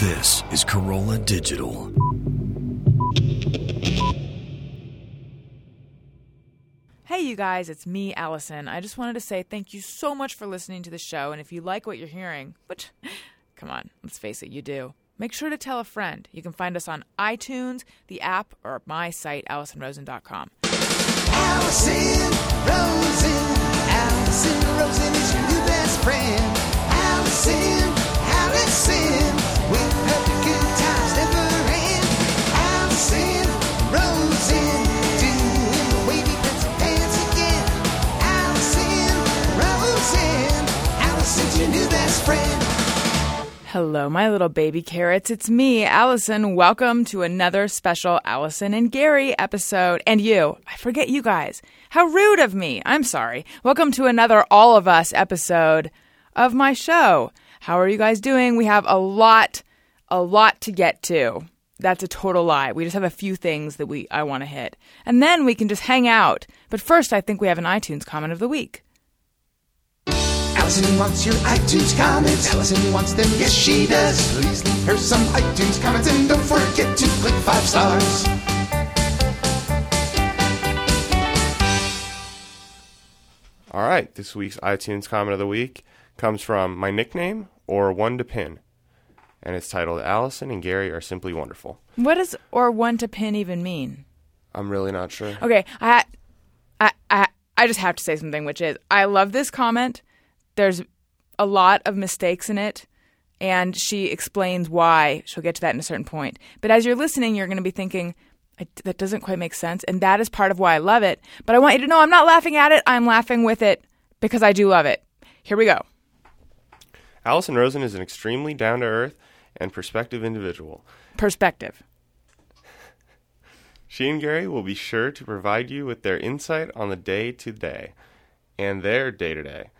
This is Corolla Digital. Hey, you guys, it's me, Allison. I just wanted to say thank you so much for listening to the show. And if you like what you're hearing, which, come on, let's face it, you do, make sure to tell a friend. You can find us on iTunes, the app, or my site, AllisonRosen.com. Allison Rosen. Allison Rosen is your new best friend. Allison, Allison, with her the good times never end. Allison Rosen, doing the wavy pencil dance again. Allison Rosen, Allison's your new best friend. Hello, my little baby carrots. It's me, Allison. Welcome to another special Allison and Gary episode. And you, I forget you guys. How rude of me. I'm sorry. Welcome to another All of Us episode of my show. How are you guys doing? We have a lot, a lot to get to. That's a total lie. We just have a few things that we I want to hit. And then we can just hang out. But first, I think we have an iTunes comment of the week. Allison wants your iTunes comments. Allison wants them, yes she does. Please leave her some iTunes comments and don't forget to click five stars. All right, this week's iTunes comment of the week comes from my nickname or one to pin, and it's titled "Allison and Gary are simply wonderful." What does or one to pin even mean? I'm really not sure. Okay, I, I, I, I just have to say something, which is I love this comment. There's a lot of mistakes in it, and she explains why. She'll get to that in a certain point. But as you're listening, you're going to be thinking, I, that doesn't quite make sense, and that is part of why I love it. But I want you to know I'm not laughing at it. I'm laughing with it because I do love it. Here we go. Allison Rosen is an extremely down-to-earth and perspective individual. Perspective. She and Gary will be sure to provide you with their insight on the day to day and their day to day.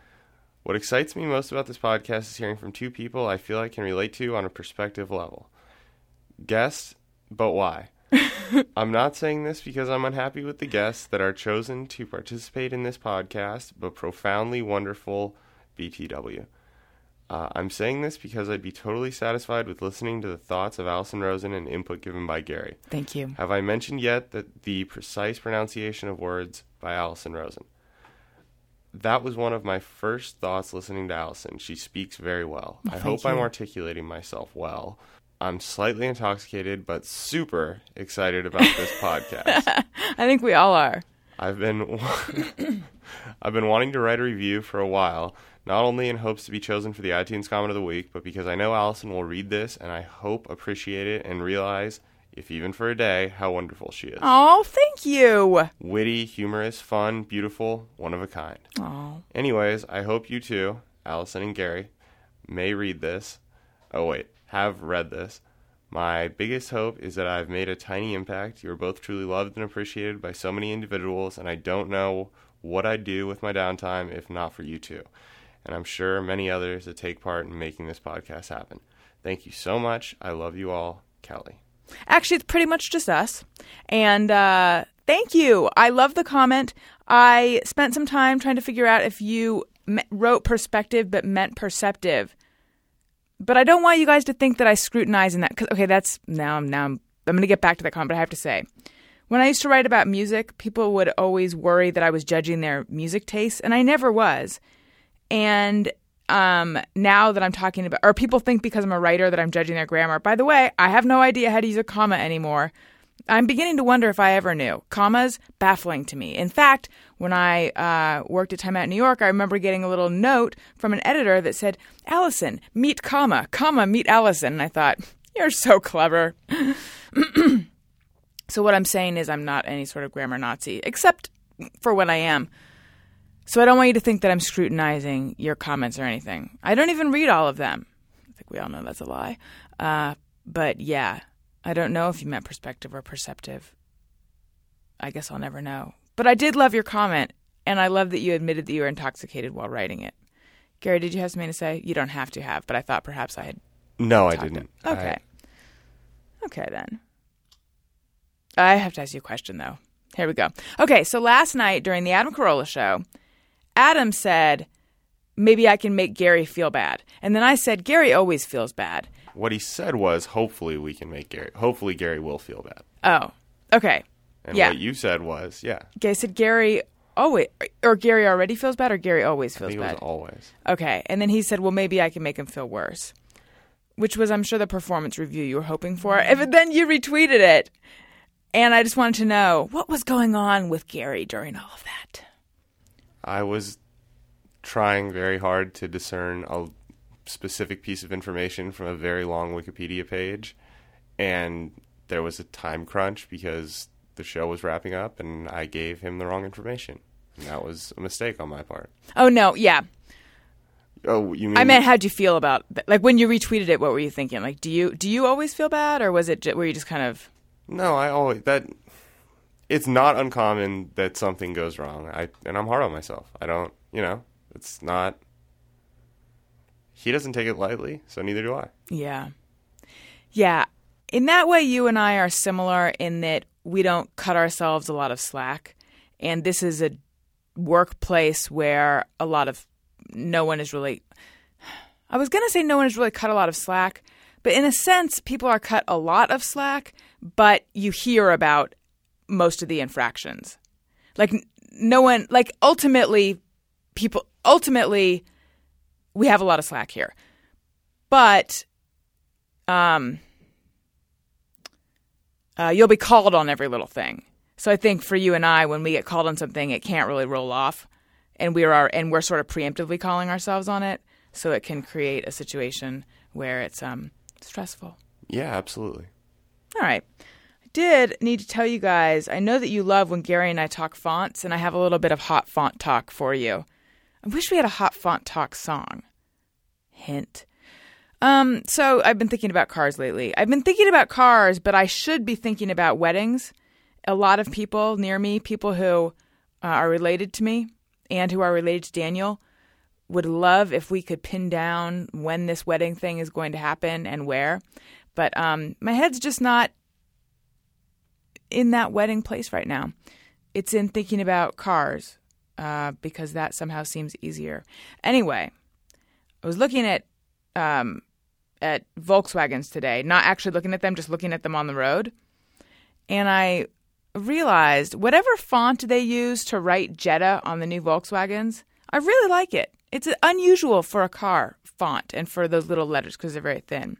What excites me most about this podcast is hearing from two people I feel I can relate to on a perspective level. Guest, but why? I'm not saying this because I'm unhappy with the guests that are chosen to participate in this podcast, but profoundly wonderful BTW. Uh, I'm saying this because I'd be totally satisfied with listening to the thoughts of Allison Rosen and input given by Gary. Thank you. Have I mentioned yet that the precise pronunciation of words by Allison Rosen? That was one of my first thoughts listening to Allison. She speaks very well. I hope I'm articulating myself well. I'm slightly intoxicated, but super excited about this podcast. I think we all are. I've been I've been wanting to write a review for a while, not only in hopes to be chosen for the iTunes comment of the week, but because I know Allison will read this and I hope appreciate it and realize, if even for a day, how wonderful she is. Oh, thank you. Witty, humorous, fun, beautiful, one of a kind. Oh, Anyways, I hope you too, Allison and Gary, may read this. Oh, wait, have read this. My biggest hope is that I've made a tiny impact. You're both truly loved and appreciated by so many individuals, and I don't know what I'd do with my downtime if not for you two. And I'm sure many others that take part in making this podcast happen. Thank you so much. I love you all, Kelly. Actually, it's pretty much just us. And uh, thank you. I love the comment. I spent some time trying to figure out if you me- wrote perspective but meant perceptive. But I don't want you guys to think that I scrutinize in that. Cause, okay, that's now. I'm now. I'm, I'm going to get back to that comment. But I have to say, when I used to write about music, people would always worry that I was judging their music tastes, and I never was. And um, now that I'm talking about, or people think because I'm a writer that I'm judging their grammar. By the way, I have no idea how to use a comma anymore. I'm beginning to wonder if I ever knew. Commas, baffling to me. In fact, when I uh, worked at Time Out New York, I remember getting a little note from an editor that said, Allison, meet comma, comma, meet Allison. And I thought, you're so clever. so what I'm saying is I'm not any sort of grammar Nazi, except for when I am. So I don't want you to think that I'm scrutinizing your comments or anything. I don't even read all of them. I think we all know that's a lie. Uh, but yeah, I don't know if you meant perspective or perceptive. I guess I'll never know. But I did love your comment, and I love that you admitted that you were intoxicated while writing it. Gary, did you have something to say? You don't have to have, but I thought perhaps I had. No, I talked didn't. it. Okay. Okay, then. I have to ask you a question, though. Here we go. Okay, so last night during the Adam Carolla show, Adam said, Maybe I can make Gary feel bad. And then I said, Gary always feels bad. What he said was, hopefully we can make Gary. Hopefully Gary will feel bad. Oh, okay. And Yeah. what you said was, yeah, I said Gary always, or Gary already feels bad, or Gary always I feels think it bad. was always. okay, and then he said, "Well, maybe I can make him feel worse," which was, I'm sure, the performance review you were hoping for. But then you retweeted it, and I just wanted to know what was going on with Gary during all of that. I was trying very hard to discern a specific piece of information from a very long Wikipedia page, and there was a time crunch because the show was wrapping up, and I gave him the wrong information. And that was a mistake on my part. Oh no, yeah. Oh, you mean I meant, how'd you feel about th- like when you retweeted it? What were you thinking? Like, do you do you always feel bad, or was it ju- were you just kind of No, I always that. It's not uncommon that something goes wrong. I and I'm hard on myself. I don't, you know, it's not. He doesn't take it lightly, so neither do I. yeah, yeah? In that way, you and I are similar in that we don't cut ourselves a lot of slack, and this is a workplace where a lot of no one is really. I was gonna say no one is really cut a lot of slack, but in a sense, people are cut a lot of slack, but you hear about most of the infractions. like n- no one like ultimately people ultimately we have a lot of slack here but um uh, you'll be called on every little thing so i think for you and i when we get called on something it can't really roll off and we are and we're sort of preemptively calling ourselves on it so it can create a situation where it's um stressful Yeah, absolutely. all right. I did need to tell you guys I know that you love when Gary and I talk fonts, and I have a little bit of hot font talk for you. I wish we had a hot font talk song. Hint. Um, so I've been thinking about cars lately. I've been thinking about cars, but I should be thinking about weddings. A lot of people near me, people who uh, are related to me and who are related to Daniel, would love if we could pin down when this wedding thing is going to happen and where. But um, my head's just not in that wedding place right now. It's in thinking about cars uh, because that somehow seems easier. Anyway, I was looking at um, at Volkswagens today, not actually looking at them, just looking at them on the road, and I realized whatever font they use to write Jetta on the new Volkswagens, I really like it. It's unusual for a car font and for those little letters because they're very thin.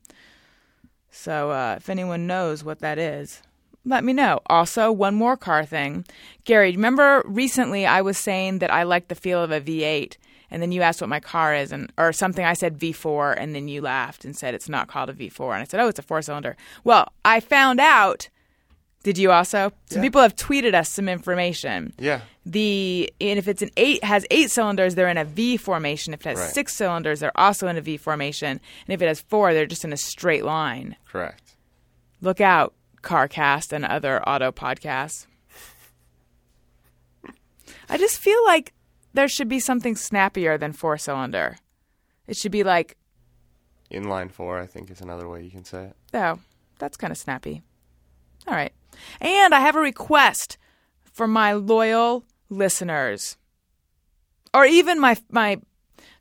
So uh, if anyone knows what that is, let me know. Also, one more car thing. Gary, remember recently I was saying that I like the feel of a V8, and then you asked what my car is, and or something. I said V4, and then you laughed and said it's not called a V4, and I said, oh, it's a four cylinder. Well, I found out. Did you also? Some people have tweeted us some information Yeah, the and if it's an eight has eight cylinders, they're in a V formation. If it has Right. six cylinders, they're also in a V formation. And if it has four, they're just in a straight line. correct. Look out, CarCast and other auto podcasts. I just feel like there should be something snappier than four cylinder. It should be like, Inline four, I think, is another way you can say it. oh, that's kind of snappy. All right. And I have a request for my loyal listeners, or even my my I'm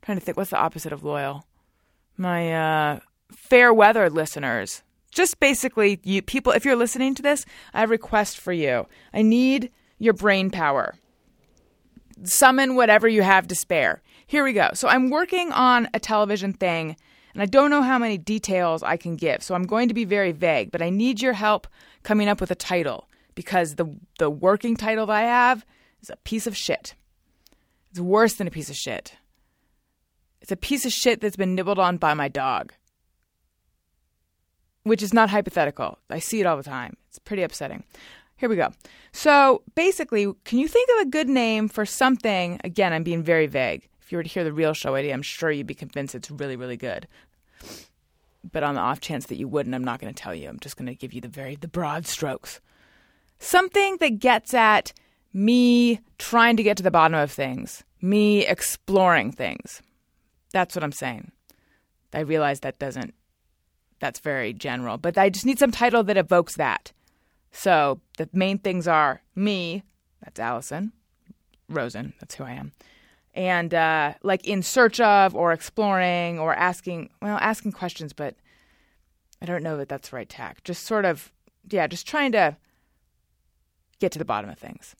trying to think what's the opposite of loyal, my uh, fair weather listeners. Just basically, you people. If you're listening to this, I have a request for you. I need your brain power. Summon whatever you have to spare. Here we go. So I'm working on a television thing, and I don't know how many details I can give. So I'm going to be very vague, but I need your help coming up with a title because the the working title that I have is a piece of shit. It's worse than a piece of shit. It's a piece of shit that's been nibbled on by my dog. Which is not hypothetical. I see it all the time. It's pretty upsetting. Here we go. So basically, can you think of a good name for something? Again, I'm being very vague. If you were to hear the real show idea, I'm sure you'd be convinced it's really, really good. But on the off chance that you wouldn't, I'm not going to tell you. I'm just going to give you the very the broad strokes something that gets at me trying to get to the bottom of things, me exploring things. That's what I'm saying. I realize that doesn't, that's very general, but I just need some title that evokes that. So the main things are me, that's Allison, Rosen, that's who I am, and uh, like in search of or exploring or asking, well, asking questions, but I don't know that that's the right tack. Just sort of, yeah, just trying to get to the bottom of things.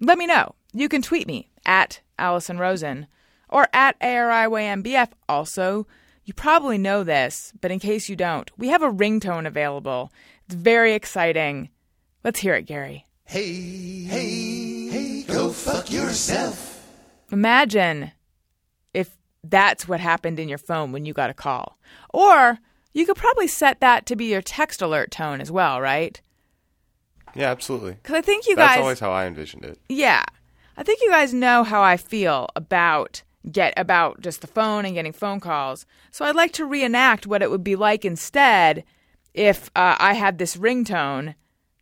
Let me know. You can tweet me at Allison Rosen or at ARIYMBF. Also, you probably know this, but in case you don't, we have a ringtone available. It's very exciting. Let's hear it, Gary. Hey, hey, hey, go fuck yourself. Imagine if that's what happened in your phone when you got a call. Or you could probably set that to be your text alert tone as well, right? Yeah, absolutely. Because I think you That's guys. always how I envisioned it. Yeah. I think you guys know how I feel about get about just the phone and getting phone calls. So I'd like to reenact what it would be like instead if uh, I had this ringtone,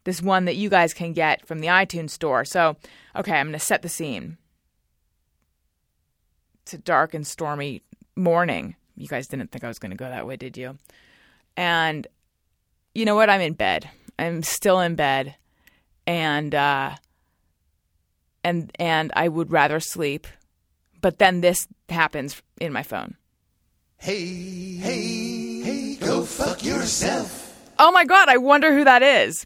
this one that you guys can get from the iTunes store. So, okay, I'm going to set the scene. It's a dark and stormy morning. You guys didn't think I was going to go that way, did you? And you know what? I'm in bed. I'm still in bed. And uh and and I would rather sleep. But then this happens in my phone. Hey, hey, hey, go fuck yourself. Oh my god, I wonder who that is.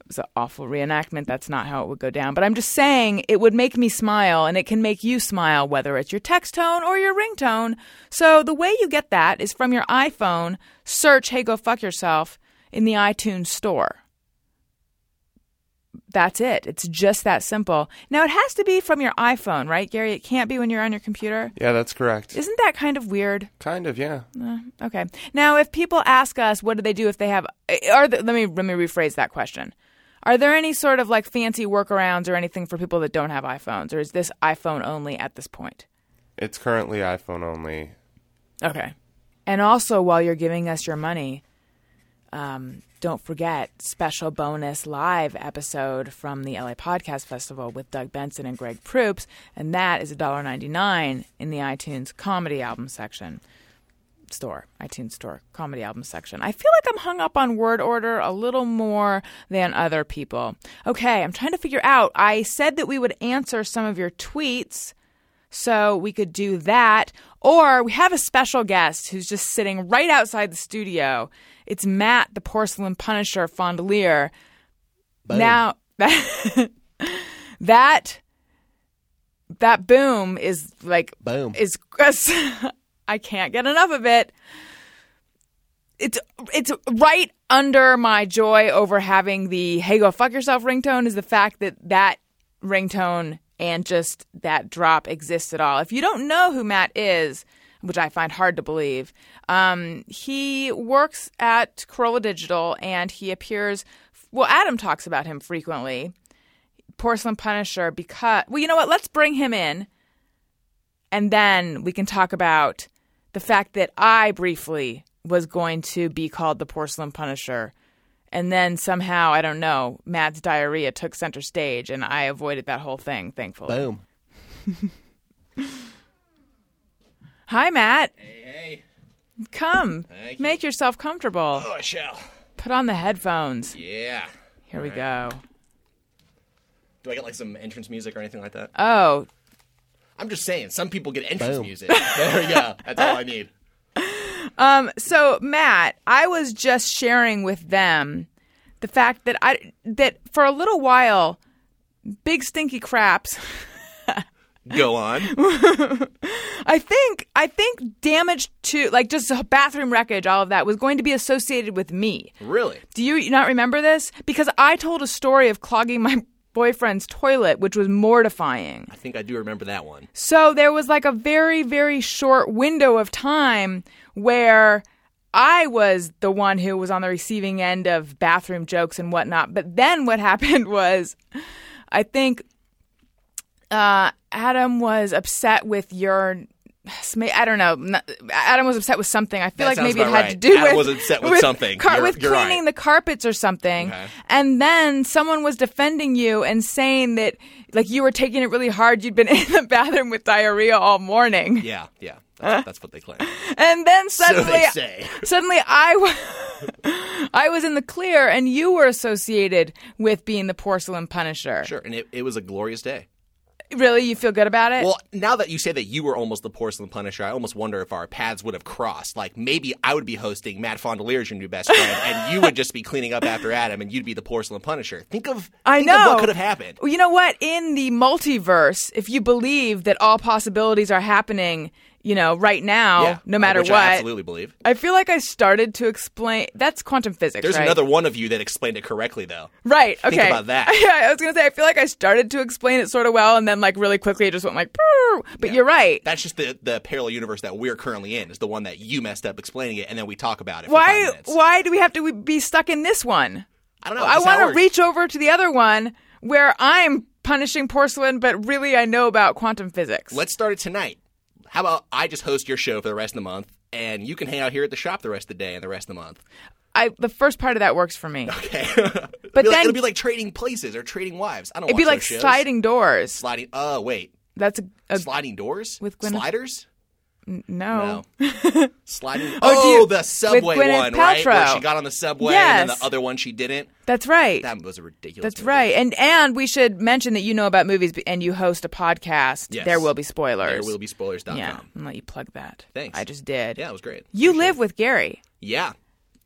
It was an awful reenactment. That's not how it would go down. But I'm just saying it would make me smile and it can make you smile, whether it's your text tone or your ringtone. So the way you get that is from your iPhone, search Hey Go Fuck Yourself in the iTunes store. That's it. It's just that simple. Now it has to be from your iPhone, right, Gary? It can't be when you're on your computer. Yeah, that's correct. Isn't that kind of weird? kind of, yeah. Okay. Now, if people ask us, what do they do if they have? eh, Are the, let me let me rephrase that question. Are there any sort of like fancy workarounds or anything for people that don't have iPhones, or is this iPhone only at this point? It's currently iPhone only. Okay. And also, while you're giving us your money, um, don't forget special bonus live episode from the LA Podcast Festival with Doug Benson and Greg Proops, and that is $1.99 in the iTunes comedy album section store, iTunes store, comedy album section. I feel like I'm hung up on word order a little more than other people. Okay, I'm trying to figure out. I said that we would answer some of your tweets. So we could do that. Or we have a special guest who's just sitting right outside the studio. It's Matt, the porcelain punisher fondelier. Now that that that boom is like Boom. is I can't get enough of it. It's it's right under my joy over having the "Hey, go fuck yourself" ringtone is the fact that that ringtone and just that drop exists at all. If you don't know who Matt is, which I find hard to believe, um, he works at Corolla Digital and he appears. Well, Adam talks about him frequently. Porcelain Punisher, because well, you know what? Let's bring him in and then we can talk about the fact that I briefly was going to be called the Porcelain Punisher. And then somehow, I don't know, Matt's diarrhea took center stage and I avoided that whole thing, thankfully. Boom. Hi, Matt. Hey, hey. Come. Make yourself comfortable. I shall. Put on the headphones. Yeah. Here we go. Do I get like some entrance music or anything like that? Oh, I'm just saying, some people get entrance Boom. music. There we go. That's all I need. so Matt, I was just sharing with them the fact that I that for a little while, big stinky craps. Go on. I think I think damage to like just bathroom wreckage, all of that was going to be associated with me. Really? Do you not remember this? Because I told a story of clogging my boyfriend's toilet, which was mortifying. I think I do remember that one. So there was like a very, very short window of time where I was the one who was on the receiving end of bathroom jokes and whatnot. But then what happened was, I think uh, Adam was upset with your. sma- I don't know. not- Adam was upset with something. I feel That like sounds maybe it about had to right. do Adam with was upset with something. You're- with you're cleaning right. the carpets or something. And then someone was defending you and saying that like you were taking it really hard. You'd been in the bathroom with diarrhea all morning. Yeah, yeah. That's, that's what they claim. And then So suddenly they say. suddenly I wa- I was in the clear and you were associated with being the porcelain punisher. Sure. And it, it was a glorious day. Really, you feel good about it? Well, now that you say that you were almost the porcelain punisher, I almost wonder if our paths would have crossed. Like maybe I would be hosting Matt Fondelier as your new best friend, and you would just be cleaning up after Adam, and you'd be the porcelain punisher. Think of I think know of what could have happened. Well, You know what? In the multiverse, if you believe that all possibilities are happening, you know, right now, Yeah, no matter which what, I absolutely believe. I feel like I started to explain. That's quantum physics. There's right? another one of you that explained it correctly, though. Right. Okay. Think about that. Yeah, I was gonna say I feel like I started to explain it sort of well, and then like really quickly it just went like. "Brrr." But you're right. That's just the the parallel universe that we're currently in is the one that you messed up explaining it, and then we talk about it. For five why? minutes. Why do we have to be stuck in this one? I don't know. I That's how it want to works. reach over to the other one where I'm punishing porcelain, but really I know about quantum physics. Let's start it tonight. How about I just host your show for the rest of the month, and you can hang out here at the shop the rest of the day and the rest of the month. I the first part of that works for me. Okay. but But then- it'll be like trading places or trading wives. I don't. It'd be watch like those shows. sliding doors. Sliding. Oh wait, That's a, a sliding doors With Gwyneth- sliders. no. No. sliding. Oh, do Oh, you- the with subway Gwyneth one, right? Where Paltrow. she got on the subway, and then Yes. the other one she didn't. That's right. That was a ridiculous. That's movie. right. And and we should mention that you know about movies b- and you host a podcast. Yes. There will be spoilers. There will be spoilers.com. Yeah, and let you plug that. Thanks. I just did. Yeah, it was great. You live with Gary. Yeah.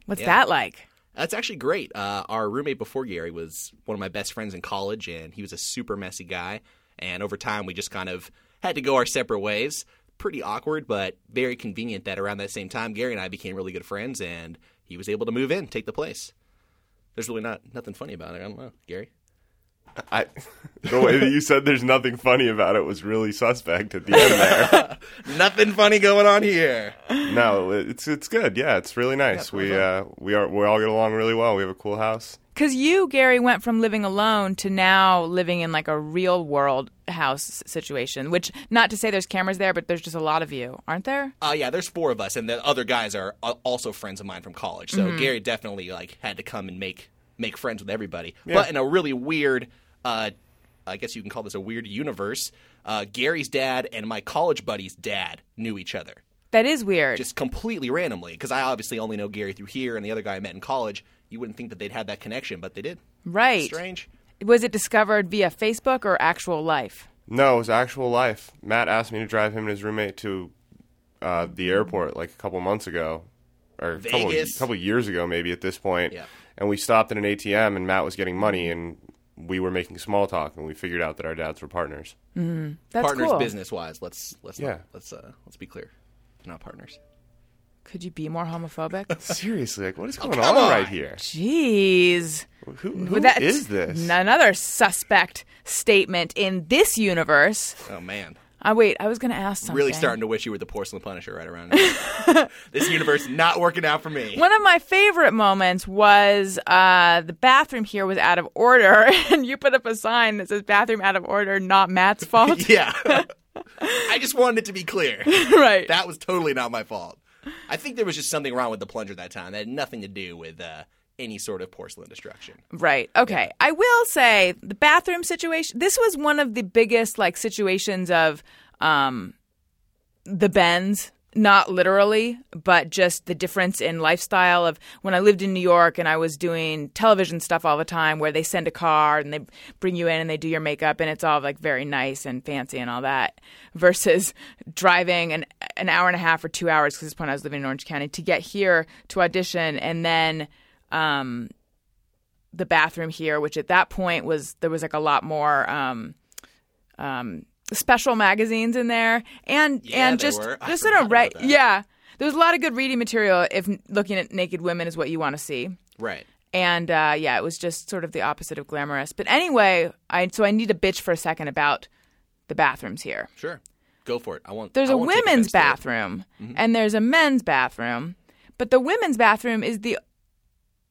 What's Yeah. that like? That's actually great. Uh, our roommate before Gary was one of my best friends in college, and he was a super messy guy. And over time, we just kind of had to go our separate ways. Pretty awkward, but very convenient that around that same time, Gary and I became really good friends, and he was able to move in, take the place. There's really not nothing funny about it. I don't know, Gary. I, the way that you said there's nothing funny about it was really suspect at the end there. Nothing funny going on here. no, it's it's good. Yeah, it's really nice. we uh, we are we all get along really well. We have a cool house. Because you, Gary, went from living alone to now living in like a real world house situation, which, not to say there's cameras there, but there's just a lot of you, aren't there? Uh, yeah, there's four of us, and the other guys are uh, also friends of mine from college. So Mm-hmm. Gary definitely like had to come and make make friends with everybody. But in a really weird, uh, I guess you can call this a weird universe. Uh, Gary's dad and my college buddy's dad knew each other That is weird. just completely randomly because I obviously only know Gary through here and the other guy I met in college. You wouldn't think that they'd have that connection, but they did. right. Strange. Was it discovered via Facebook or actual life? No, it was actual life. Matt asked me to drive him and his roommate to uh, the airport like a couple months ago, or a couple, Vegas? couple years ago, maybe at this point. Yeah. And we stopped at an ATM, and Matt was getting money, and we were making small talk, and we figured out that our dads were partners. That's partners cool. business wise. Let's let's Yeah. let's uh, let's be clear. Not partners. Could you be more homophobic? Seriously, like what is going come Oh, on, right on. here? Jeez. Who, Well, who that's is this? n- Another suspect statement in this universe. Oh man. I wait. I was going to ask something. Really starting to wish you were the porcelain punisher right around now. this universe not working out for me. One of my favorite moments was uh, the bathroom here was out of order, and you put up a sign that says "bathroom out of order, not Matt's fault." Yeah. I just wanted it to be clear. right. That was totally not my fault. I think there was just something wrong with the plunger that time. That had nothing to do with uh, any sort of porcelain destruction. Right. Okay. I will say the bathroom situation. This was one of the biggest like situations of um, the bends. Not literally, but just the difference in lifestyle of when I lived in New York and I was doing television stuff all the time, where they send a car and they bring you in and they do your makeup and it's all like very nice and fancy and all that, versus driving an an hour and a half or two hours. Because this point I was living in Orange County to get here to audition and then um, the bathroom here, which at that point was there was like a lot more um, um, special magazines in there, and Yeah, and there just were. I just in forgot a about right, that. yeah. There was a lot of good reading material if n- looking at naked women is what you want to see, Right. and uh, yeah, it was just sort of the opposite of glamorous. But anyway, I so I need to bitch for a second about the bathrooms here Sure. Go for it. I won't. there's a a women's bathroom Mm-hmm. and there's a men's bathroom, but the women's bathroom is the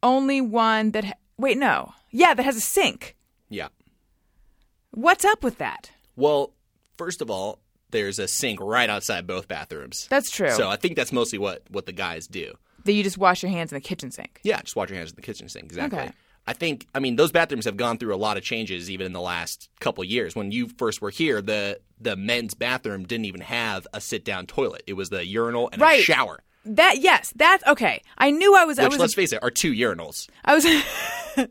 only one that ha- wait no yeah that has a sink. Yeah. What's up with that? Well, first of all, there's a sink right outside both bathrooms. That's true. So I think that's mostly what, what the guys do. that you just wash your hands in the kitchen sink. Yeah, just wash your hands in the kitchen sink. Exactly. Okay. I think I mean those bathrooms have gone through a lot of changes even in the last couple years. When you first were here, the the men's bathroom didn't even have a sit down toilet. It was the urinal and Right. a shower. That yes, that's okay. I knew I was I Which was let's face it, are two urinals. I was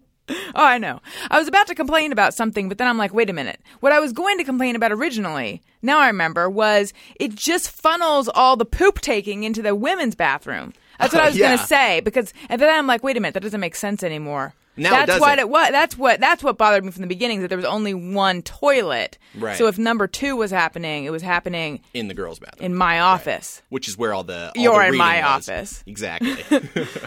Oh, I know. I was about to complain about something, but then I'm like, wait a minute. What I was going to complain about originally, now I remember, was it just funnels all the poop taking into the women's bathroom. That's what I was Oh, Yeah. going to say because, and then I'm like, wait a minute, that doesn't make sense anymore. No, it that's doesn't. what it was. That's what that's what bothered me from the beginning that there was only one toilet. Right. So if number two was happening, it was happening in the girls' bathroom, in my office. which is where all the all You're in the reading my was. office. Exactly.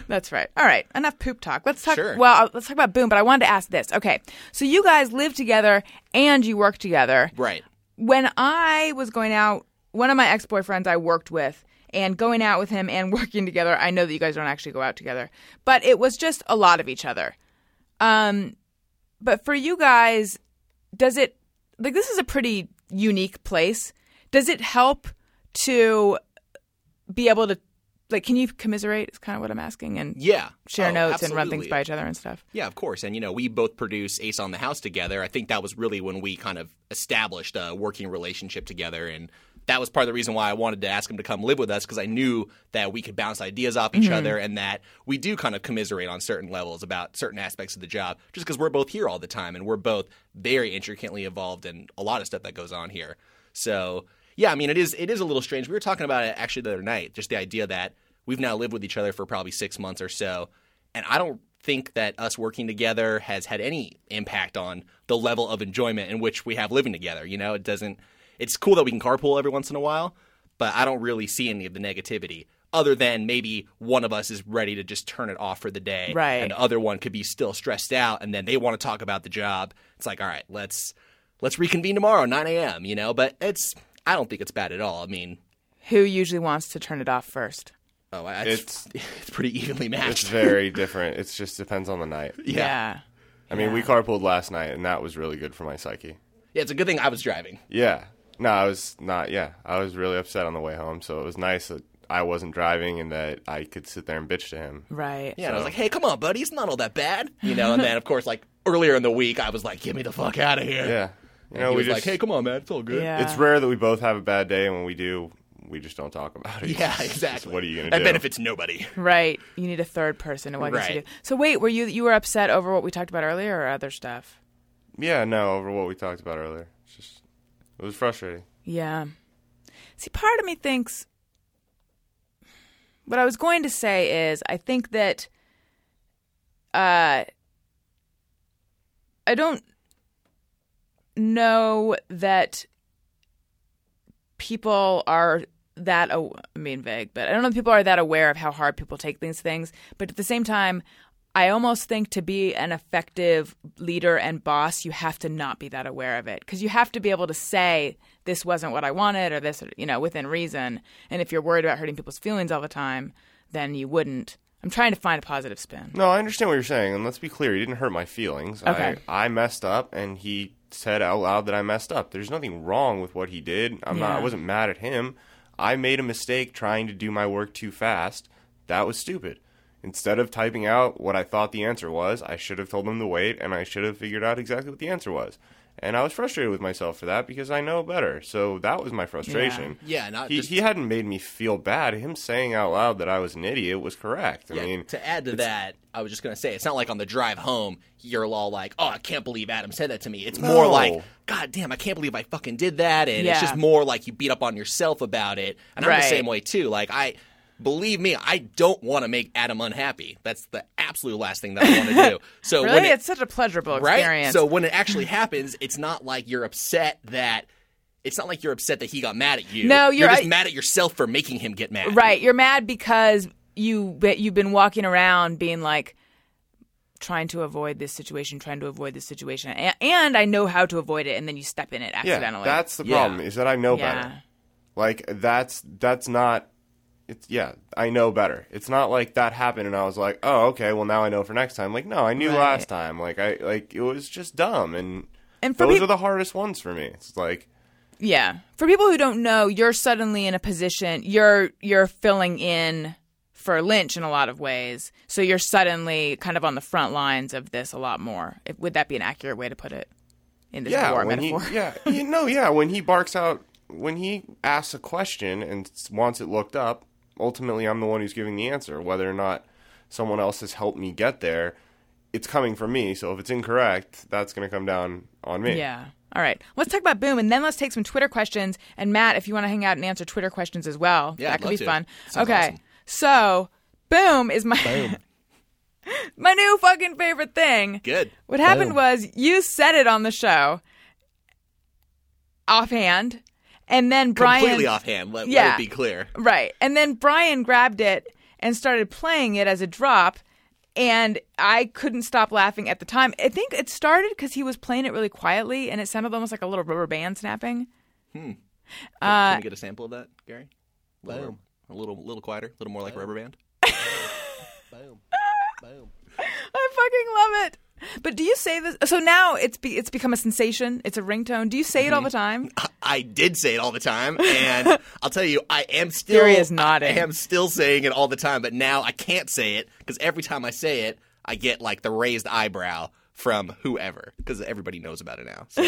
That's right. All right, enough poop talk. Let's talk. Sure. Well, uh, let's talk about Boom. But I wanted to ask this. Okay, so you guys live together and you work together. right. When I was going out, one of my ex boyfriends I worked with, and going out with him and working together. I know that you guys don't actually go out together, but it was just a lot of each other. Um, but for you guys, does it like this is a pretty unique place? Does it help to be able to like? Can you commiserate? Is kind of what I'm asking. And Yeah. share Oh, notes and run things absolutely. by each other and stuff. Yeah, of course. And you know, we both produce Ace on the House together. I think that was really when we kind of established a working relationship together and that was part of the reason why I wanted to ask him to come live with us because I knew that we could bounce ideas off each other and that we do kind of commiserate on certain levels about certain aspects of the job just because we're both here all the time and we're both very intricately involved in a lot of stuff that goes on here. So, yeah, I mean, it is it is a little strange. We were talking about it actually the other night, just the idea that we've now lived with each other for probably 6 months or so and I don't think that us working together has had any impact on the level of enjoyment in which we have living together. You know, it doesn't. It's cool that we can carpool every once in a while, but I don't really see any of the negativity. Other than maybe one of us is ready to just turn it off for the day, Right. And the other one could be still stressed out, and then they want to talk about the job. It's like, all right, let's let's reconvene tomorrow, nine a.m. You know, but it's I don't think it's bad at all. I mean, Who usually wants to turn it off first? oh, I, it's it's pretty evenly matched. It's very different. It just depends on the night. Yeah. I mean, we carpooled last night, and that was really good for my psyche. yeah, it's a good thing I was driving. Yeah. No, I was not. Yeah, I was really upset on the way home, so it was nice that I wasn't driving and that I could sit there and bitch to him. Right. Yeah, and I was like, hey, come on, buddy, it's not all that bad. You know, and then, of course, like earlier in the week, I was like, get me the fuck out of here. Yeah. You And know, we he was just like, hey, come on, man, it's all good. Yeah. It's rare that we both have a bad day, and when we do, we just don't talk about it. Yeah, It's just- exactly. what are you gonna that do? benefits nobody. Right. You need a third person to walk you Right. through. So wait, were you you were upset over what we talked about earlier or other stuff? Yeah, no, over what we talked about earlier. It's just it was frustrating. Yeah. See, part of me thinks what I was going to say is I think that uh I don't know that people are that aw- I mean vague, but I don't know if people are that aware of how hard people take these things, but at the same time I almost think to be an effective leader and boss, you have to not be that aware of it because you have to be able to say this wasn't what I wanted or this, you know, within reason. And if you're worried about hurting people's feelings all the time, then you wouldn't. I'm trying to find a positive spin. No, I understand what you're saying, and let's be clear, he didn't hurt my feelings. Okay. I, I messed up and he said out loud that I messed up. There's nothing wrong with what he did. I'm not Yeah. I wasn't mad at him. I made a mistake trying to do my work too fast. That was stupid. Instead of typing out what I thought the answer was, I should have told him to wait and I should have figured out exactly what the answer was. And I was frustrated with myself for that because I know better. So that was my frustration. Yeah, not he, just- he hadn't made me feel bad. Him saying out loud that I was an idiot was correct. I Yeah, mean, to add to that, I was just going to say, it's not like on the drive home, you're all like, oh, I can't believe Adam said that to me. It's more No. like, God damn, I can't believe I fucking did that. And Yeah. it's just more like you beat up on yourself about it. And I'm the Right. same way, too. Like, I. Believe me, I don't want to make Adam unhappy. That's the absolute last thing that I want to do. So when Really? it- it's such a pleasurable right? experience. Mm-hmm. So when it actually happens, it's not like you're upset that it's not like you're upset that he got mad at you. No, you're- just I- mad at yourself for making him get mad. Right. You're mad because you but you've been walking around being like trying to avoid this situation, trying to avoid this situation, and, and I know how to avoid it, and then you step in it accidentally. Yeah, that's the Yeah. problem is that I know Yeah. better. Like that's that's not. It's yeah, I know better. It's not like that happened and I was like, oh okay, well now I know for next time. Like no, I knew Right. last time. Like I like it was just dumb and And for those peop- are the hardest ones for me. It's like yeah. For people who don't know, you're suddenly in a position you're you're filling in for Lynch in a lot of ways. So you're suddenly kind of on the front lines of this a lot more. If, would that be an accurate way to put it? In this yeah, war when metaphor. he yeah you no yeah when he barks out when he asks a question and s- wants it looked up. Ultimately, I'm the one who's giving the answer, whether or not someone else has helped me get there. it's coming from me. So if it's incorrect, that's going to come down on me. Yeah. All right. Let's talk about Boom, and then let's take some Twitter questions. And Matt, if you want to hang out and answer Twitter questions as well, Yeah, that I'd could love be to. fun. Sounds okay. awesome. So, Boom is my Boom. my new fucking favorite thing. Good. What happened Boom. was you said it on the show offhand, and then Brian Completely offhand. Let, let Yeah. it be clear. Right. And then Brian grabbed it and started playing it as a drop. And I couldn't stop laughing at the time. I think it started because he was playing it really quietly and it sounded almost like a little rubber band snapping. Uh, Can we get a sample of that, Gary? A little, Boom. a little, little quieter, a little more like a rubber band. Boom. Boom. I fucking love it. But do you say this? So now it's be, it's become a sensation. It's a ringtone. Do you say it Mm-hmm. all the time? I did say it all the time, and I'll tell you, I am still. Gary is nodding. I am still saying it all the time, but now I can't say it because every time I say it, I get like the raised eyebrow from whoever because everybody knows about it now. So,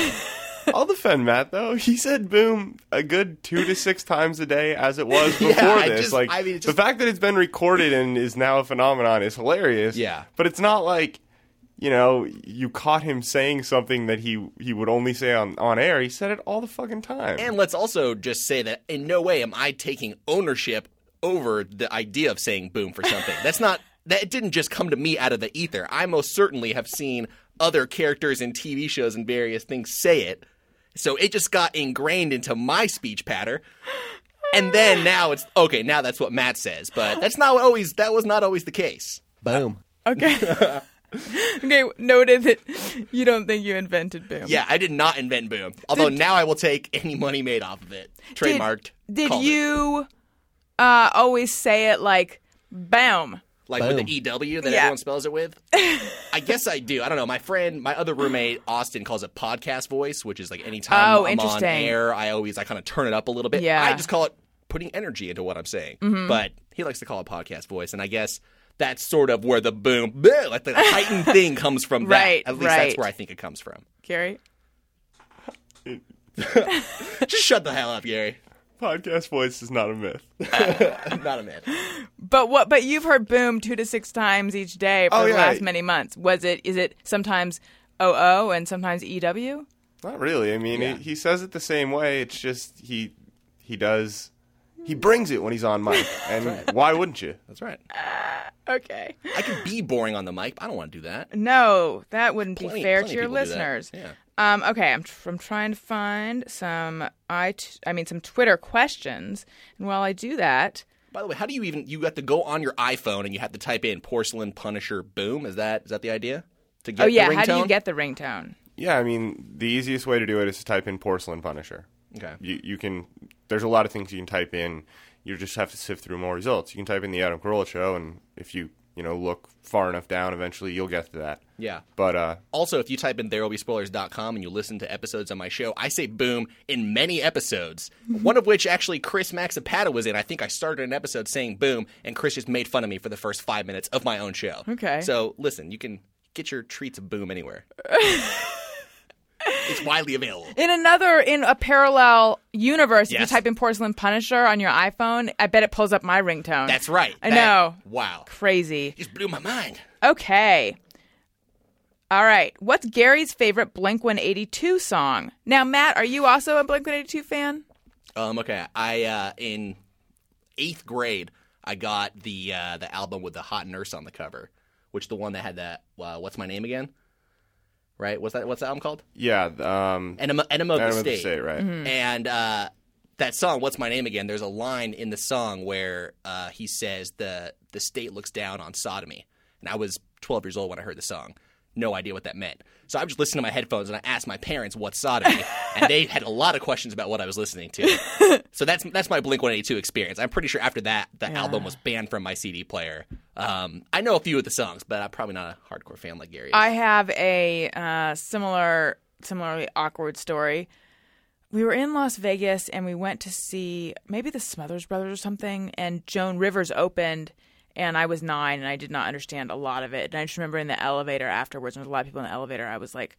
I'll defend Matt though. He said boom a good two to six times a day as it was before Yeah, I this. just- like I mean, it the just- fact that it's been recorded and is now a phenomenon is hilarious. Yeah. But it's not like you know, you caught him saying something that he he would only say on, on air. He said it all the fucking time. and let's also just say that in no way am I taking ownership over the idea of saying boom for something. That's not. That didn't just come to me out of the ether. I most certainly have seen other characters in TV shows and various things say it. So it just got ingrained into my speech pattern. And then now it's okay, now that's what Matt says, but that's not always that was not always the case. Boom. Okay. okay. Noted that you don't think you invented Boom. Yeah, I did not invent boom. Although now I will take any money made off of it. Did- Trademarked. Did, call it. you uh, always say it like Boom? like with Boom. the EW that Yeah. everyone spells it with? I guess I do. I don't know. My friend, my other roommate, Austin, calls it podcast voice, which is like anytime Oh, I'm on interesting. air, I always I kind of turn it up a little bit. Yeah. Mm-hmm. I just call it putting energy into what I'm saying. But he likes to call it podcast voice, and I guess that's sort of where the boom, boom like the heightened thing comes from. that. Right, At least right. that's where I think it comes from. Gary? Just shut the hell up, Gary. Podcast voice is not a myth. Not a man. But what? But you've heard boom two to six times each day for Oh, the yeah. last many months. Was it? Is it sometimes OO and sometimes E EW? Not really. I mean, he, he says it the same way. It's just he he does he brings it when he's on mic. And why wouldn't you? That's right. Okay. I could be boring on the mic, but I don't want to do that. No, that wouldn't Plenty- be fair to plenty your of people do that. listeners. Yeah. Um, okay, I'm, tr- I'm trying to find some I, t- I mean some Twitter questions, and while I do that, By the way, how do you even you have to go on your iPhone and you have to type in porcelain punisher boom? Is that is that the idea? To get oh yeah, the how do you ringtone? get the ringtone? Yeah, I mean, the easiest way to do it is to type in porcelain punisher. Okay. You you can there's a lot of things you can type in. You just have to sift through more results. You can type in the Adam Carolla show and if you, you know, look far enough down eventually you'll get to that. Yeah. But uh Also, if you type in therewillbespoilers.com and you listen to episodes on my show, I say boom in many episodes. Mm-hmm. One of which actually Chris Maxapata was in. I think I started an episode saying boom and Chris just made fun of me for the first 5 minutes of my own show. Okay. So, listen, you can get your treats of boom anywhere. it's widely available. In another, in a parallel universe, if you Yes. type in porcelain Punisher on your iPhone, I bet it pulls up my ringtone. That's right. I That- know. Wow. Crazy. Just blew my mind. Okay. All right. What's Gary's favorite Blink 182 song? Now, Matt, are you also a Blink 182 fan? Um, okay, I uh, in eighth grade, I got the uh, the album with the hot nurse on the cover, which the one that had that uh, what's my name again? Right? What's that? What's the album called? yeah, um Enema, Enema of Adam the of the State. State, Mm-hmm. right. And uh, that song, what's my name again? There's a line in the song where uh, he says the the state looks down on sodomy, and I was 12 years old when I heard the song. No idea what that meant. So I was just listening to my headphones and I asked my parents what sodomy, and they had a lot of questions about what I was listening to. so that's that's my Blink 182 experience. I'm pretty sure after that, the album was banned from my CD player. Um, I know a few of the songs, but I'm probably not a hardcore fan like Gary. is. I have a uh, similar, similarly awkward story. We were in Las Vegas and we went to see maybe the Smothers Brothers or something, and Joan Rivers opened. And I was nine, and I did not understand a lot of it. And I just remember in the elevator afterwards, and there was a lot of people in the elevator. I was like,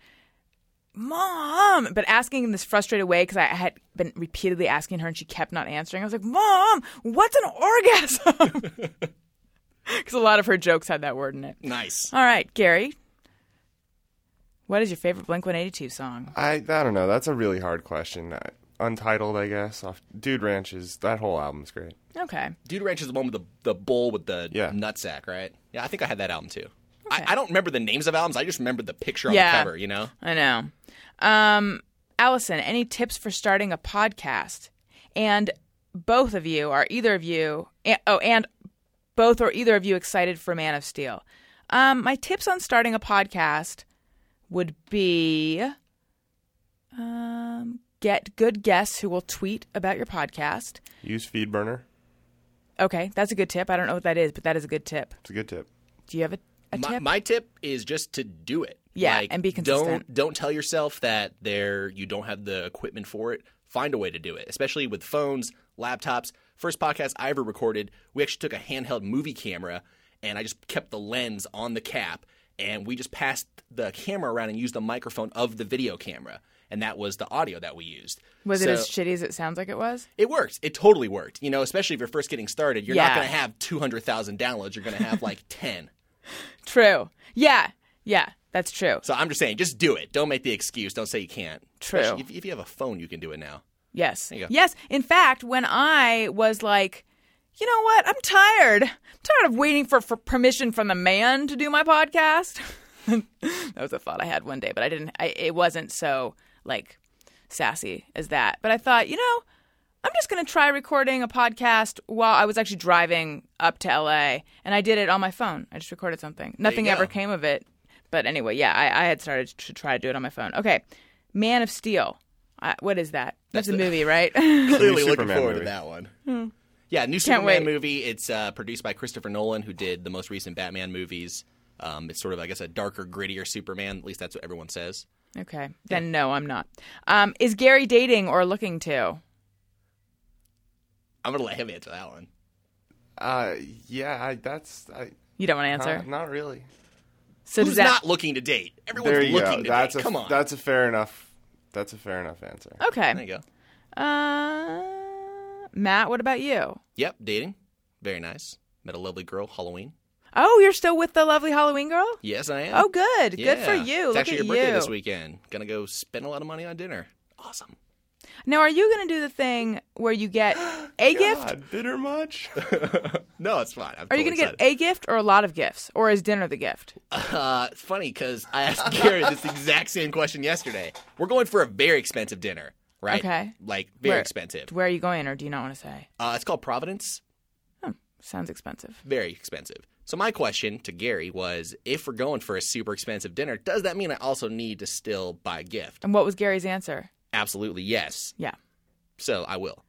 "Mom," but asking in this frustrated way because I had been repeatedly asking her, and she kept not answering. I was like, "Mom, what's an orgasm?" Because a lot of her jokes had that word in it. nice. All right, Gary, What is your favorite Blink 182 song? I I don't know. That's a really hard question. Uh, Untitled, I guess. Off Dude Ranches. That whole album's great. Okay. Dude Ranch is the one with the, the bull with the Yeah. nutsack, right? Yeah, I think I had that album too. Okay. I, I don't remember the names of albums. I just remember the picture on Yeah. the cover, you know? I know. Um, Allison, any tips for starting a podcast? And both of you, are either of you, and, oh, and both or either of you excited for Man of Steel? Um, my tips on starting a podcast would be um, get good guests who will tweet about your podcast. Use Feedburner. Okay, that's a good tip. I don't know what that is, but that is a good tip. It's a good tip. Do you have a, a My, tip? my tip is just to do it. Yeah, and be consistent. Don't don't tell yourself that there you don't have the equipment for it. Find a way to do it, especially with phones, laptops. First podcast I ever recorded, we actually took a handheld movie camera, and I just kept the lens on the cap, and we just passed the camera around and used the microphone of the video camera, and that was the audio that we used. was it So- as shitty as it sounds like it was? it worked. It totally worked. You know, especially if you're first getting started, you're Yeah. not going to have 200,000 downloads. You're going to have like 10. True. Yeah. Yeah. That's true. So I'm just saying, just do it. Don't make the excuse. Don't say you can't. True. Especially If, if you have a phone, you can do it now. Yes. you go. Yes. In fact, when I was like, you know what? I'm tired. I'm tired of waiting for, for permission from the man to do my podcast. that was a thought I had one day, but I didn't. I, it wasn't so like sassy as that. But I thought, you know, I'm just going to try recording a podcast while I was actually driving up to LA, and I did it on my phone. I just recorded something. Nothing go. ever came of it. But anyway, yeah, I, I had started to try to do it on my phone. Okay, Man of Steel. I, what is that? That's, a movie, right? Clearly looking Superman forward movie. to that one. Yeah, new Superman Hmm. wait. movie. It's uh, produced by Christopher Nolan, who did the most recent Batman movies. Um, it's sort of, I guess, a darker, grittier Superman. At least that's what everyone says. okay, then no, I'm not. Um, is Gary dating or looking to? I'm going to let him answer that one. Uh, yeah, I, that's I, You don't want to answer. uh, not really. so Who's does that? not looking to date? Everyone's there you looking go. to That's date. a Come on. that's a fair enough. That's a fair enough answer. okay. There you go. Uh, Matt, what about you? Yep, dating. Very nice. Met a lovely girl, Halloween. Oh, you're still with the lovely Halloween girl? Yes, I am. Oh, good. Good for Yeah. you. It's Look actually at your birthday you. this weekend. Gonna go spend a lot of money on dinner. Awesome. Now, are you going to do the thing where you get a gift? God, bitter much? No, it's fine. I'm Are you going to get a gift or a lot of gifts? Or is dinner the gift? Uh, it's funny because I asked Gary this exact same question yesterday. We're going for a very expensive dinner, right? Okay. Like very Where- expensive. Where are you going, or do you not want to say? Uh, it's called Providence. Sounds expensive. Very expensive. So my question to Gary was, if we're going for a super expensive dinner, does that mean I also need to still buy a gift? And what was Gary's answer? Absolutely yes. Yeah. So I will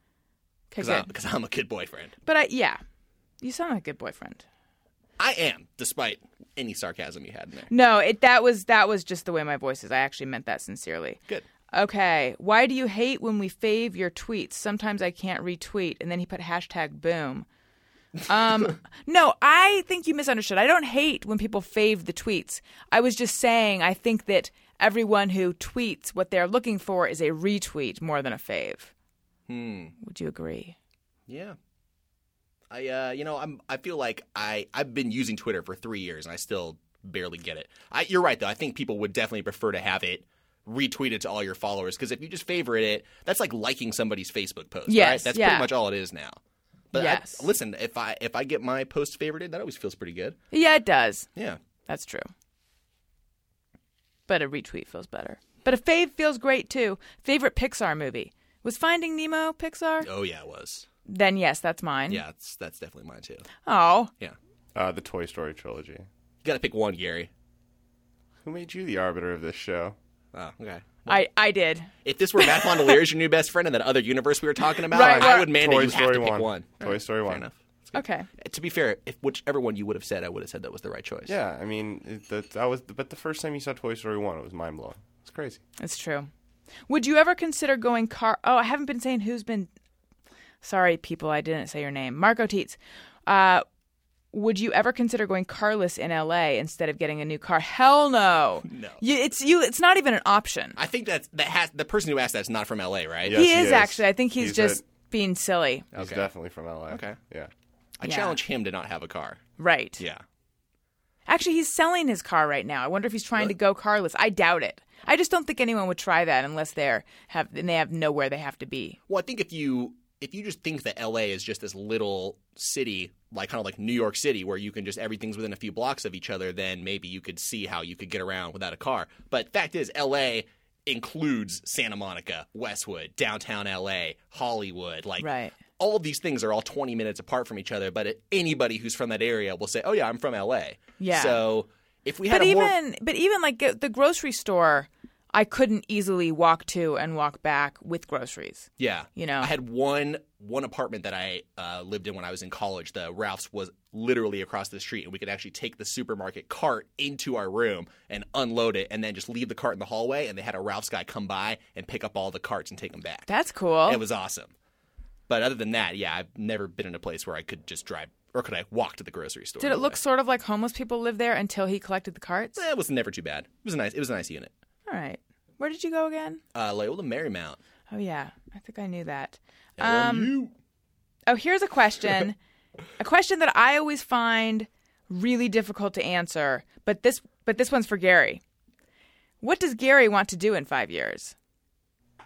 Okay, because I'm, good. 'cause I'm a good boyfriend. But I, yeah, you sound like a good boyfriend. I am, despite any sarcasm you had in there. No, it that was that was just the way my voice is. I actually meant that sincerely. Good. Okay. Why do you hate when we fave your tweets? Sometimes I can't retweet. And then he put hashtag boom. Um, no, I think you misunderstood. I don't hate when people fave the tweets. I was just saying I think that everyone who tweets what they're looking for is a retweet more than a fave. Hmm. Would you agree? Yeah. I uh you know, I'm I feel like I I've been using Twitter for 3 years and I still barely get it. I you're right though. I think people would definitely prefer to have it retweeted to all your followers cuz if you just favorite it, that's like liking somebody's Facebook post, right? Yes, That's yeah. pretty much all it is now. But I- Yes. listen, if I if I get my post favorited, that always feels pretty good. Yeah, it does. Yeah. That's true. But a retweet feels better. But a fave feels great too. Favorite Pixar movie was Finding Nemo. Pixar. Oh yeah, it was. Then yes, that's mine. Yeah, it's, that's definitely mine too. Oh, Yeah. Uh, the Toy Story trilogy. You got to pick one, Gary. Who made you the arbiter of this show? Oh, okay. I I did. If this were Matt Fondelier's your new best friend in that other universe we were talking about, Right, I right. would mandate Toy you have Story to pick one. Toy Story Fair one. enough. Okay. To be fair, if whichever one you would have said, I would have said that was the right choice. Yeah, I mean it, that, that was. But the first time you saw Toy Story one, it was mind blowing. It's crazy. It's true. Would you ever consider going car? Oh, I haven't been saying who's been. Sorry, people, I didn't say your name. Marco Teets. Uh, would you ever consider going carless in LA instead of getting a new car? Hell no. No. You, it's you. It's not even an option. I think that's that has the person who asked that's not from LA, right? Yeah. Yes, he, he is, is. actually. I think he's, He's just it. being silly. He's Okay. definitely from LA. Okay. Yeah. I Yeah. challenge him to not have a car. Right. Yeah. Actually, he's selling his car right now. I wonder if he's trying to go carless. I doubt it. I just don't think anyone would try that unless they're have and they have nowhere they have to be. Well, I think if you if you just think that LA is just this little city, like kind of like New York City, where you can just everything's within a few blocks of each other, then maybe you could see how you could get around without a car. But fact is, LA includes Santa Monica, Westwood, downtown LA, Hollywood, like Right. all of these things are all 20 minutes apart from each other. But anybody who's from that area will say, "Oh yeah, I'm from LA." Yeah. So if we had But a more even but even like uh, the grocery store, I couldn't easily walk to and walk back with groceries. Yeah, you know? I had one one apartment that I uh, lived in when I was in college. The Ralph's was literally across the street, and we could actually take the supermarket cart into our room and unload it, and then just leave the cart in the hallway. And they had a Ralph's guy come by and pick up all the carts and take them back. That's cool. It was awesome. But other than that, yeah, I've never been in a place where I could just drive or could I walk to the grocery store. Did it look sort of like homeless people live there until he collected the carts? Eh, It was never too bad. It was a nice. It was a nice unit. All right. Where did you go again? Uh, Loyola Marymount. Oh yeah, I think I knew that. Um, LMU. Oh, here's a question. a question that I always find really difficult to answer, but this but this one's for Gary. What does Gary want to do in 5 years?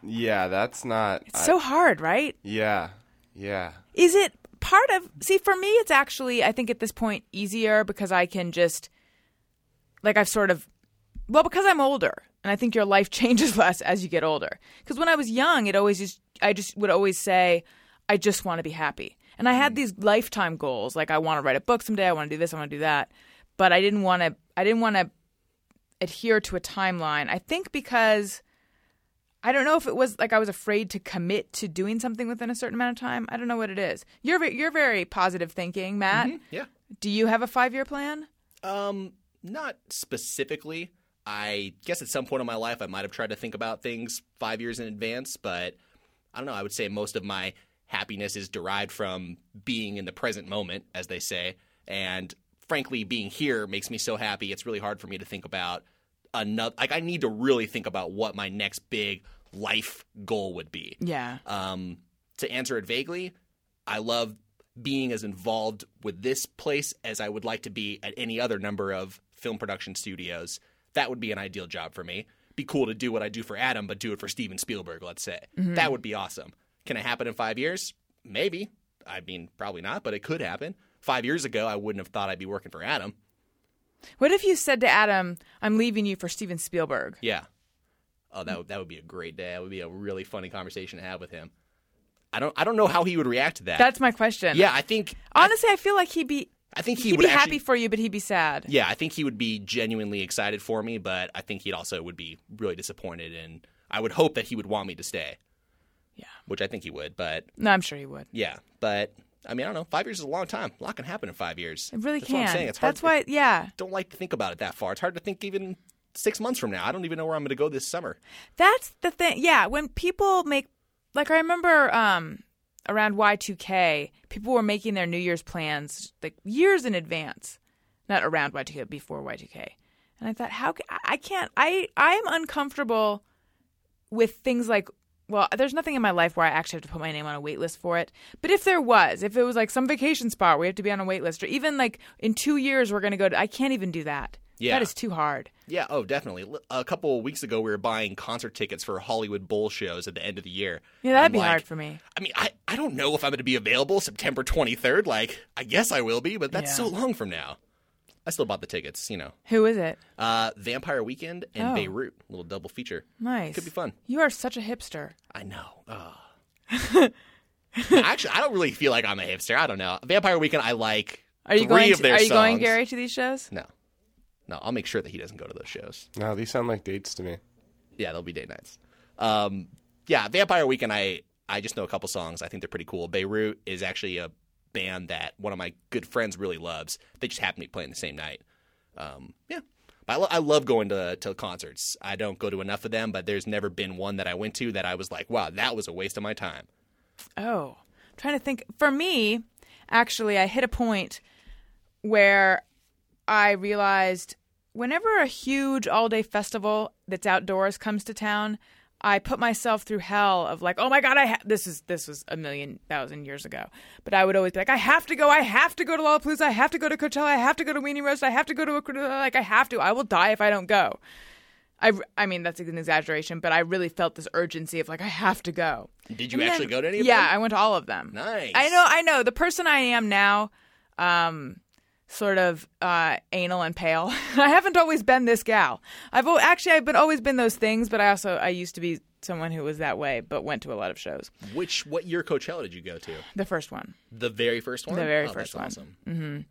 Yeah, that's not. I- so hard, right? yeah, yeah. Is it part of See, for me it's actually I think at this point easier because I can just like I've sort of well because I'm older and I think your life changes less as you get older. Cuz when I was young, it always just I just would always say I just want to be happy. And I had these lifetime goals like I want to write a book someday, I want to do this, I want to do that. But I didn't want to I didn't want to adhere to a timeline. I think because I don't know if it was like I was afraid to commit to doing something within a certain amount of time. I don't know what it is. You're ve- you're very positive thinking, Matt. Yeah. Do you have a five year plan? Um, not specifically. I guess at some point in my life, I might have tried to think about things five years in advance, but I don't know. I would say most of my happiness is derived from being in the present moment, as they say. And frankly, being here makes me so happy. It's really hard for me to think about another. Like, I need to really think about what my next big life goal would be. Yeah. Um, to answer it vaguely, I love being as involved with this place as I would like to be at any other number of film production studios. That would be an ideal job for me. Be cool to do what I do for Adam, but do it for Steven Spielberg, let's say. That would be awesome. Can it happen in five years? Maybe. I mean, probably not, but it could happen. Five years ago, I wouldn't have thought I'd be working for Adam. What if you said to Adam, "I'm leaving you for Steven Spielberg"? Yeah. Oh, that would, that would be a great day. That would be a really funny conversation to have with him. I don't I don't know how he would react to that. That's my question. yeah, I think Honestly, I feel like he'd be I think he he'd would be actually- happy for you, but he'd be sad. Yeah, I think he would be genuinely excited for me, but I think he'd also would be really disappointed, and I would hope that he would want me to stay. Yeah. which I think he would, but No, I'm sure he would. yeah, but I mean, I don't know. Five years is a long time. A lot can happen in five years. It really That's can. What I'm saying. It's hard That's to- why. Yeah. I don't like to think about it that far. It's hard to think even six months from now. I don't even know where I'm going to go this summer. That's the thing. Yeah, when people make like I remember um around Y2K, people were making their New Year's plans like years in advance. Not around Y2K, before Y2K. And I thought how ca- I- I can't I I am uncomfortable with things like well, there's nothing in my life where I actually have to put my name on a wait list for it. But if there was, if it was like some vacation spot where you have to be on a wait list, or even like in two years we're going to go to, I can't even do that. Yeah. That is too hard. Yeah, oh, definitely. L- A couple of weeks ago, we were buying concert tickets for Hollywood Bowl shows at the end of the year. Yeah, that'd I'm be like, hard for me. I mean, I, I don't know if I'm going to be available September 23rd. Like, I guess I will be, but that's Yeah. so long from now. I still bought the tickets, you know. Who is it? Uh, Vampire Weekend and Oh. Beirut, little double feature. Nice. Could be fun. You are such a hipster. I know. Ugh. Actually, I don't really feel like I'm a hipster. I don't know. Vampire Weekend, I like. Are you three going? Of To, their are you going, songs. Gary, to these shows? No, no. I'll make sure that he doesn't go to those shows. No, these sound like dates to me. Yeah, they'll be date nights. Um, yeah, Vampire Weekend. I I just know a couple songs. I think they're pretty cool. Beirut is actually a band that one of my good friends really loves. They just happen to be playing the same night. Um, yeah, but I, lo- I love going to to concerts. I don't go to enough of them, but there's never been one that I went to that I was like, wow, that was a waste of my time. Oh, I'm trying to think. For me, actually, I hit a point where I realized whenever a huge all day festival that's outdoors comes to town, I put myself through hell of like, oh my god, I ha-. this is this was a million thousand years ago, but I would always be like, I have to go, I have to go to Lollapalooza, I have to go to Coachella, I have to go to Weenie Roast, I have to go to a like I have to, I will die if I don't go. I, I mean that's an exaggeration, but I really felt this urgency of like I have to go. Did you actually go to any of yeah, them? I went to all of them. Nice. I know, I know. The person I am now, um, sort of uh, anal and pale. I haven't always been this gal. I've al- actually I've been always been those things, but I also I used to be someone who was that way, but went to a lot of shows. Which what year Coachella did you go to? The first one. The very first one. The very oh, first that's one. Um, Awesome. Mm-hmm.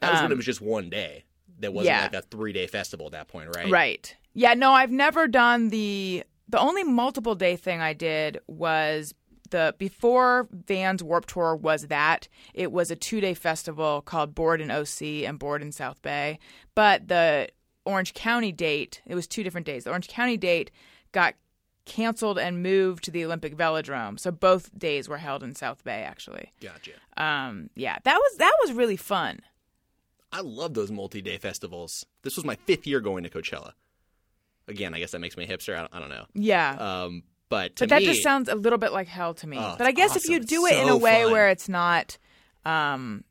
That was when it was just one day. That wasn't Yeah. like a three day festival at that point, right? Right. Yeah, no, I've never done the the only multiple day thing I did was the before Van's Warp Tour was that. It was a 2-day festival called Board in OC and Board in South Bay, but the Orange County date, it was two different days. The Orange County date got canceled and moved to the Olympic Velodrome. So both days were held in South Bay actually. Gotcha. Um yeah, that was that was really fun. I love those multi day festivals. This was my fifth year going to Coachella. Again, I guess that makes me a hipster. I don't, I don't know. Yeah. Um, but to But that me, just sounds a little bit like hell to me. Oh, but I it's guess if awesome. you It's do it in a so way fun. where it's not um,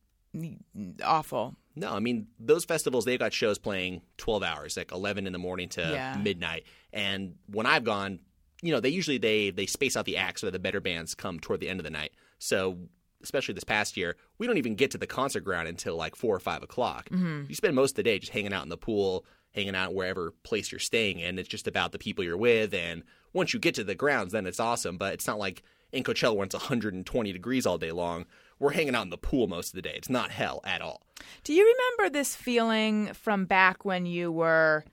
awful, No, I mean those festivals they've got shows playing 12 hours, like 11 in the morning to Yeah. midnight. And when I've gone, you know, they usually they they space out the acts so that the better bands come toward the end of the night. So especially this past year, we don't even get to the concert ground until like four or five o'clock. You spend most of the day just hanging out in the pool, hanging out wherever place you're staying in. It's just about the people you're with, and once you get to the grounds, then it's awesome. But it's not like in Coachella when it's 120 degrees all day long. We're hanging out in the pool most of the day. It's not hell at all. do you remember this feeling from back when you were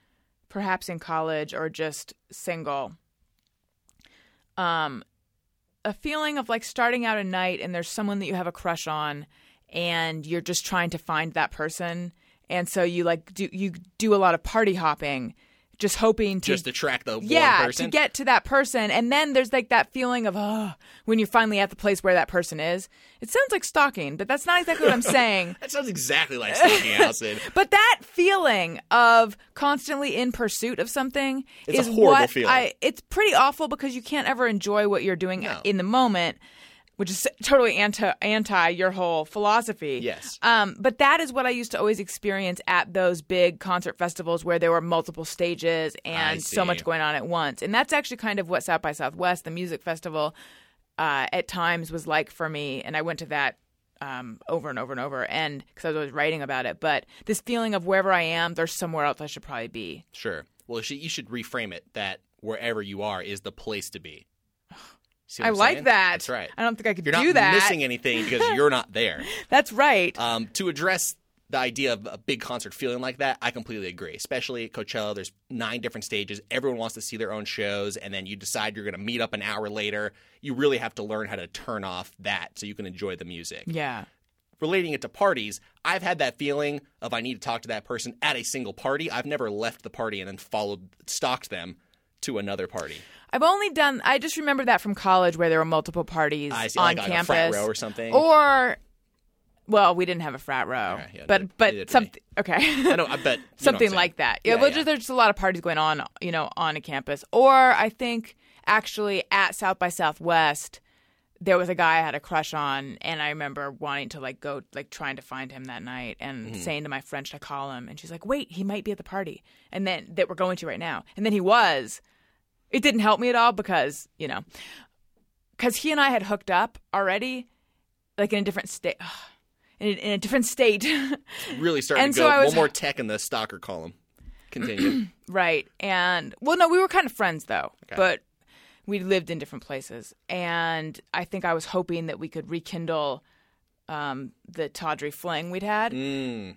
perhaps in college or just single? Um, a feeling of like starting out a night and there's someone that you have a crush on, and you're just trying to find that person, and so you like do you do a lot of party hopping, just hoping to just to track the yeah, one person. to get to that person, and then there's like that feeling of oh, when you're finally at the place where that person is. It sounds like stalking, but that's not exactly what I'm saying. that sounds exactly like stalking Allison. But that feeling of constantly in pursuit of something It's a is horrible what feeling. I. It's pretty awful because you can't ever enjoy what you're doing No. in the moment, which is totally anti anti your whole philosophy. Yes. Um, but that is what I used to always experience at those big concert festivals where there were multiple stages and so see. much going on at once. And that's actually kind of what South by Southwest, the music festival, uh, at times was like for me. And I went to that um, over and over and over, and because I was always writing about it. But this feeling of wherever I am, there's somewhere else I should probably be. Sure. Well, she, you should reframe it that wherever you are is the place to be. See what I I'm like saying? that. That's right. I don't think I could You're do not that. missing anything because you're not there. That's right. Um, to address the idea of a big concert feeling like that, I completely agree. Especially at Coachella, there's nine different stages. Everyone wants to see their own shows, and then you decide you're going to meet up an hour later. You really have to learn how to turn off that so you can enjoy the music. yeah. relating it to parties, I've had that feeling of I need to talk to that person at a single party. I've never left the party and then followed, stalked them to another party. I've only done. I just remember that from college where there were multiple parties I see, on like, like campus a frat row or something. Or, well, we didn't have a frat row, right, yeah, but neither- neither but did something okay. I know, I bet you know what I'm something saying. like that. Yeah, Yeah, well, yeah. Just, there's just a lot of parties going on, you know, on a campus. Or I think actually at South by Southwest, there was a guy I had a crush on, and I remember wanting to like go, like trying to find him that night, and Mm-hmm. saying to my friend, "Should I call him?" And she's like, "Wait, he might be at the party," and then that we're going to right now, and then he was. It didn't help me at all because you know, because he and I had hooked up already, like in a different state, in, a- in a different state. Really starting And to so go I was- one more tech in the stalker column. Continue. Right. And well, no, we were kind of friends though, but we lived in different places. And I think I was hoping that we could rekindle um, the tawdry fling we'd had mm,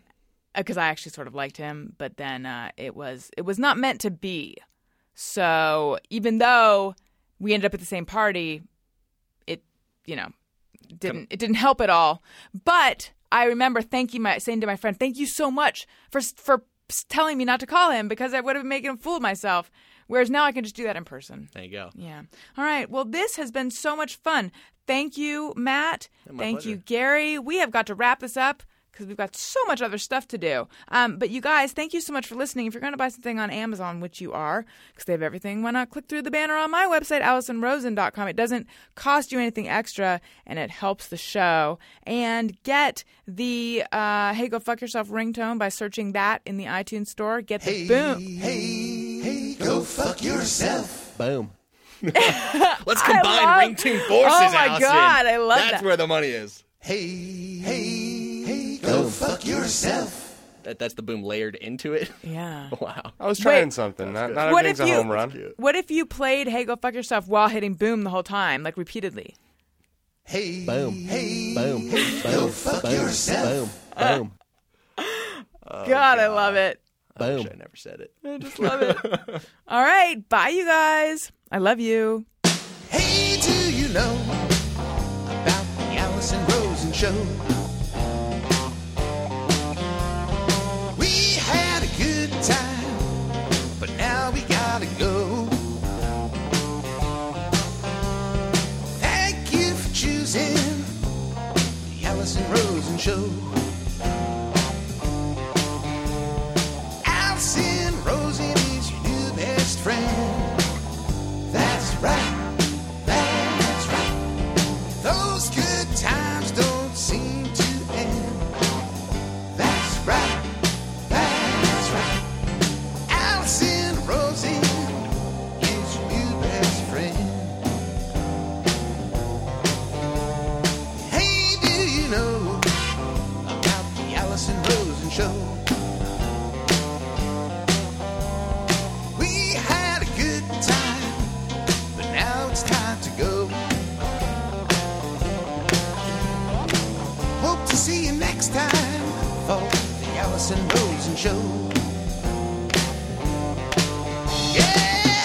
because I actually sort of liked him, but then uh, it was it was not meant to be. So even though we ended up at the same party, it you know didn't it didn't help at all. But I remember thanking my saying to my friend, "Thank you so much for for telling me not to call him because I would have been making a fool of myself." Whereas now I can just do that in person. there you go. Yeah. All right. Well, this has been so much fun. Thank you, Matt. my Thank you, pleasure. Gary. We have got to wrap this up. because we've got so much other stuff to do. Um, but you guys, thank you so much for listening. If you're going to buy something on Amazon, which you are, because they have everything, why not click through the banner on my website, AllisonRosen.com. It doesn't cost you anything extra, and it helps the show. And get the uh, "Hey Go Fuck Yourself" ringtone by searching that in the iTunes store. Get the boom. Hey, hey, go fuck yourself. Boom. Let's love- combine ringtone forces, Oh my Allison. God, I love That's that. where the money is. Hey, hey, hey, go fuck yourself. That, that's the boom layered into it. Yeah. wow. I was trying Wait. something. Not, not What everything's if a you? home run. What if you played "Hey Go Fuck Yourself" while hitting boom the whole time, like repeatedly? Hey, Boom. hey, Boom. go Boom. fuck Boom. yourself. Boom. Boom. Oh, God, I love it. I wish Boom. I never said it. I just love it. All right. Bye, you guys. I love you. Hey, do you know about the Allison Rosen show? We had a good time, but now we gotta go. Thank you for choosing the Allison Rosen show. Allison Rosen is your new best friend. That's right. That's right. Those good times don't seem to end. That's right. That's right. Allison Rosie is your new best friend. Hey, do you know about the Allison Rosen show? We had a good time but now it's time to go. Hope to see you next time for the Allison Rosen Show. Yeah!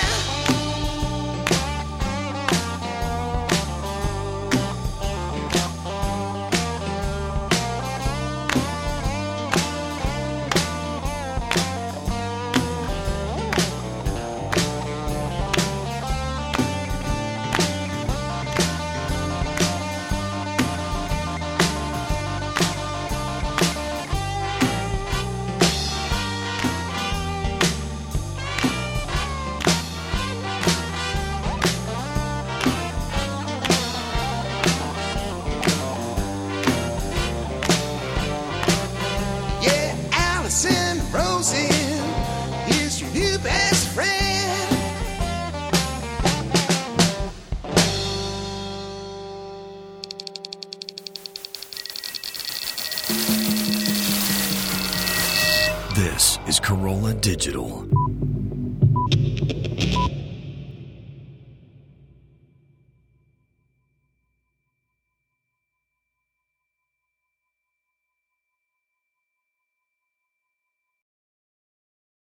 Yeah, Allison Rosen is your new best friend. This is Corolla Digital.